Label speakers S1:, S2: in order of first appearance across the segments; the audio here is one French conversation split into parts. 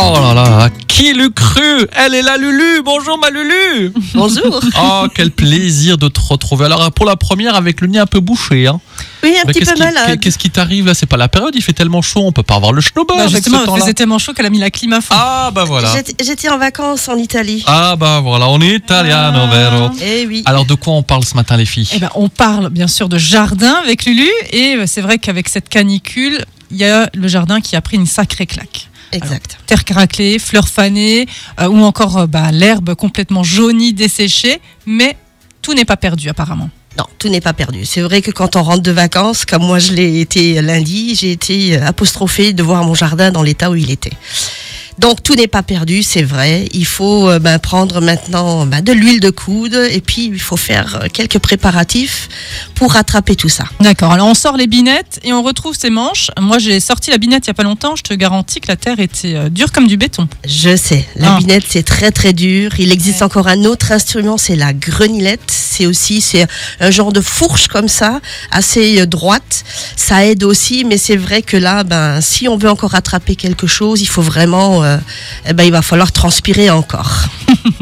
S1: Oh là là, qui l'eût cru Elle est là, Lulu Bonjour ma Lulu
S2: Bonjour.
S1: Oh, quel plaisir de te retrouver. Alors, pour la première, avec le nez un peu bouché. Hein.
S2: Oui, un
S1: Mais
S2: petit
S1: Qu'est-ce
S2: peu
S1: qui-
S2: mal.
S1: qu'est-
S2: hein.
S1: qu'est-ce qui t'arrive là C'est pas la période, il fait tellement chaud, on peut pas avoir le snowboard
S3: Bah,
S1: avec
S3: justement,
S1: ce
S3: il
S1: temps-là.
S3: faisait tellement chaud qu'elle a mis la clim à fond.
S1: Ah bah voilà.
S2: J'étais- J'étais en vacances en Italie.
S1: Ah bah voilà, on est italiano,
S3: Ah.
S1: vero.
S2: Eh oui.
S1: Alors, de quoi on parle ce matin, les filles
S3: Eh ben, on parle bien sûr de jardin avec Lulu et euh, c'est vrai qu'avec cette canicule, il y a le jardin qui a pris une sacrée claque.
S2: exact.
S3: Terre craquelée, fleurs fanées euh, ou encore euh, bah, l'herbe complètement jaunie, desséchée, mais tout n'est pas perdu apparemment.
S2: Non, tout n'est pas perdu. C'est vrai que quand on rentre de vacances, comme moi je l'ai été lundi, j'ai été euh, apostrophée de voir mon jardin dans l'état où il était. Donc tout n'est pas perdu, c'est vrai. Il faut euh, ben, prendre maintenant ben, de l'huile de coude et puis il faut faire euh, quelques préparatifs pour rattraper tout ça.
S3: D'accord, alors on sort les binettes et on retrouve ces manches. Moi j'ai sorti la binette il n'y a pas longtemps, je te garantis que la terre était euh, dure comme du béton.
S2: Je sais, la
S3: Ah.
S2: binette c'est très très dur. Il existe
S3: Ouais.
S2: encore un autre instrument, c'est la grenillette. C'est aussi c'est un genre de fourche comme ça, assez euh, droite. Ça aide aussi, mais c'est vrai que là, ben si on veut encore attraper quelque chose, il faut vraiment, euh, eh ben il va falloir transpirer encore.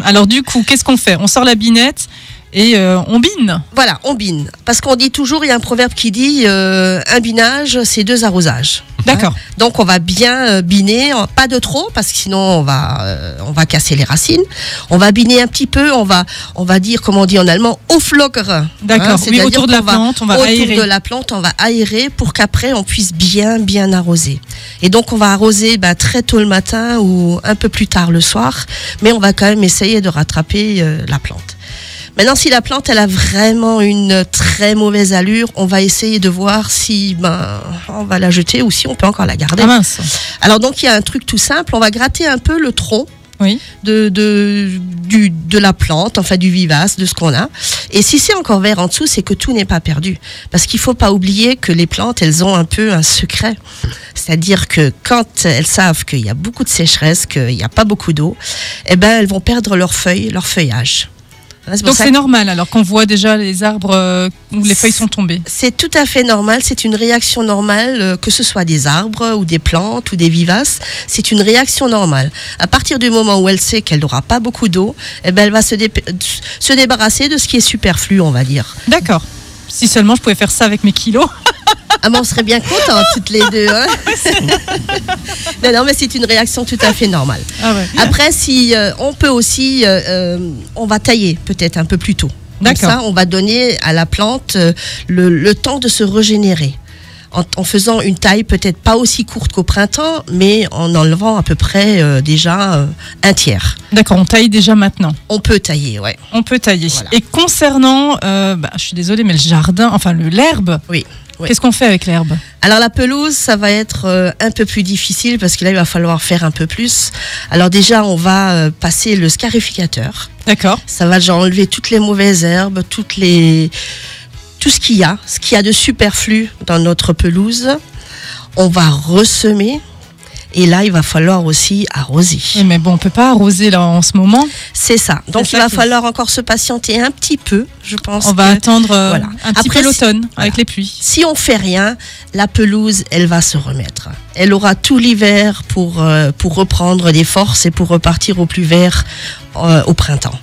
S3: Alors du coup, qu'est-ce qu'on fait On sort la binette et euh, on bine.
S2: Voilà, on bine. Parce qu'on dit toujours, il y a un proverbe qui dit, euh, un binage c'est deux arrosages.
S3: D'accord.
S2: Donc on va bien euh, biner, euh, pas de trop parce que sinon on va euh, on va casser les racines. On va biner un petit peu, on va on va dire comme on dit en allemand au flocker.
S3: D'accord,
S2: Hein,
S3: oui,
S2: c'est-à-dire
S3: autour de la
S2: qu'on va-
S3: plante, on Ah, va
S2: autour
S3: aérer.
S2: de la plante, on va aérer pour qu'après on puisse bien bien arroser. Et donc on va arroser bah, très tôt le matin ou un peu plus tard le soir, mais on va quand même essayer de rattraper euh, la plante. Maintenant, si la plante elle a vraiment une très mauvaise allure, on va essayer de voir si ben on va la jeter ou si on peut encore la garder.
S3: Ah mince.
S2: Alors donc il y a un truc tout simple, on va gratter un peu le tronc.
S3: Oui.
S2: De, de, du, de la plante, enfin du vivace, de ce qu'on a. Et si c'est encore vert en dessous, c'est que tout n'est pas perdu. Parce qu'il faut pas oublier que les plantes, elles ont un peu un secret. C'est-à-dire que quand elles savent qu'il y a beaucoup de sécheresse, qu'il n'y a pas beaucoup d'eau, eh ben elles vont perdre leurs feuilles, leur feuillage. Hein, c'est pour
S3: Donc
S2: ça
S3: c'est normal alors qu'on voit déjà les arbres euh, où les feuilles sont tombées.
S2: C'est tout à fait normal, c'est une réaction normale, euh, que ce soit des arbres ou des plantes ou des vivaces, c'est une réaction normale. À partir du moment où elle sait qu'elle n'aura pas beaucoup d'eau, eh ben elle va se, dé- se débarrasser de ce qui est superflu, on va dire.
S3: D'accord. Si seulement je pouvais faire ça avec mes kilos.
S2: Ah mais on serait bien contents toutes les deux. hein. non, non, mais c'est une réaction tout à fait normale.
S3: Ah ouais.
S2: Après, si euh, on peut aussi, euh, euh, on va tailler peut-être un peu plus tôt. Comme
S3: D'accord.
S2: ça, on va donner à la plante euh, le, le temps de se régénérer. En, en faisant une taille peut-être pas aussi courte qu'au printemps, mais en enlevant à peu près euh, déjà euh, un tiers.
S3: D'accord, on taille déjà maintenant.
S2: On peut tailler, ouais.
S3: On peut tailler.
S2: Voilà.
S3: Et concernant, euh, bah, je suis désolée, mais le jardin, enfin le l'herbe.
S2: Oui, oui.
S3: Qu'est-ce qu'on fait avec l'herbe
S2: Alors la pelouse, ça va être euh, un peu plus difficile parce que là, il va falloir faire un peu plus. Alors déjà, on va euh, passer le scarificateur.
S3: D'accord.
S2: Ça va déjà enlever toutes les mauvaises herbes, toutes les tout ce qu'il y a, ce qu'il y a de superflu dans notre pelouse. On va ressemer. Et là, il va falloir aussi arroser.
S3: Oui, Eh, Mais bon, on peut pas arroser là en ce moment.
S2: C'est ça. Donc,
S3: Mm. C'est
S2: il
S3: ça
S2: va
S3: qui-
S2: falloir encore se patienter un petit peu, je pense.
S3: On va
S2: que
S3: attendre euh,
S2: voilà.
S3: un petit
S2: Après,
S3: peu l'automne
S2: voilà.
S3: avec les pluies.
S2: Si on fait rien, la pelouse, elle va se remettre. Elle aura tout l'hiver pour, euh, pour reprendre des forces et pour repartir au plus vert euh, au printemps.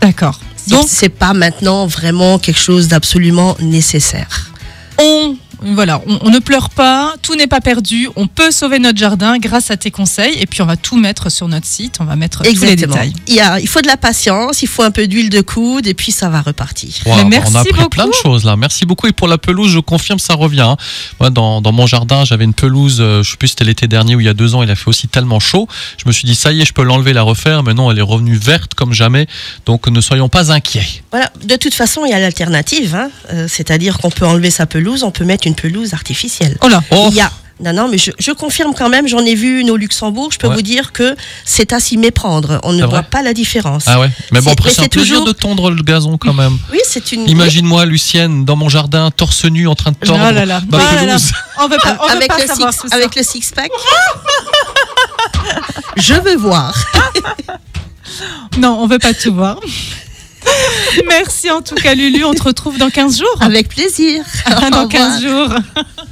S3: D'accord.
S2: Donc,
S3: Donc
S2: c'est pas maintenant vraiment quelque chose d'absolument nécessaire.
S3: on voilà, on, on ne pleure pas, tout n'est pas perdu, on peut sauver notre jardin grâce à tes conseils et puis on va tout mettre sur notre site, on va mettre tous les
S2: Exactement.
S3: détails.
S2: Il, y a- il faut de la patience, il faut un peu d'huile de coude et puis ça va repartir.
S1: Wow,
S3: Mais merci
S1: on a appris
S3: beaucoup.
S1: plein de choses là. Merci beaucoup. Et pour la pelouse, je confirme, ça revient. hein. Moi, dans, dans mon jardin, j'avais une pelouse, euh, je sais plus, c'était l'été dernier ou il y a deux ans, il a fait aussi tellement chaud. Je me suis dit, ça y est, je peux l'enlever, la refaire. Mais non, elle est revenue verte comme jamais. Donc ne soyons pas inquiets.
S2: Voilà. De toute façon, il y a l'alternative, hein. Euh, c'est-à-dire qu'on peut enlever sa pelouse, on peut mettre une pelouse artificielle.
S3: Oh là,
S1: Oh,
S2: Il y a non, non, mais je, je confirme quand même, j'en ai vu une au Luxembourg, je peux
S1: Ouais.
S2: vous dire que c'est à s'y méprendre, on ne
S1: C'est
S2: voit
S1: vrai
S2: pas la différence.
S1: ah ouais. Mais bon,
S2: C'est-
S1: après,
S2: mais
S1: c'est un
S2: c'est
S1: plaisir
S2: toujours-
S1: de tondre le gazon quand même.
S2: Oui, c'est une...
S1: Imagine-moi, Lucienne, dans mon jardin, torse nu, en train de
S3: Oh
S1: tordre
S3: là là.
S1: ma
S3: Oh là là.
S1: pelouse.
S3: On veut pas, on veut
S2: Avec,
S3: pas
S2: le
S3: savoir
S2: six,
S3: tout ça.
S2: avec le six-pack. je veux voir.
S3: Non, on veut pas tout voir. Merci en tout cas Lulu, on te retrouve dans 15 jours.
S2: Avec plaisir.
S3: Ah,
S2: Au
S3: dans
S2: revoir.
S3: 15 jours.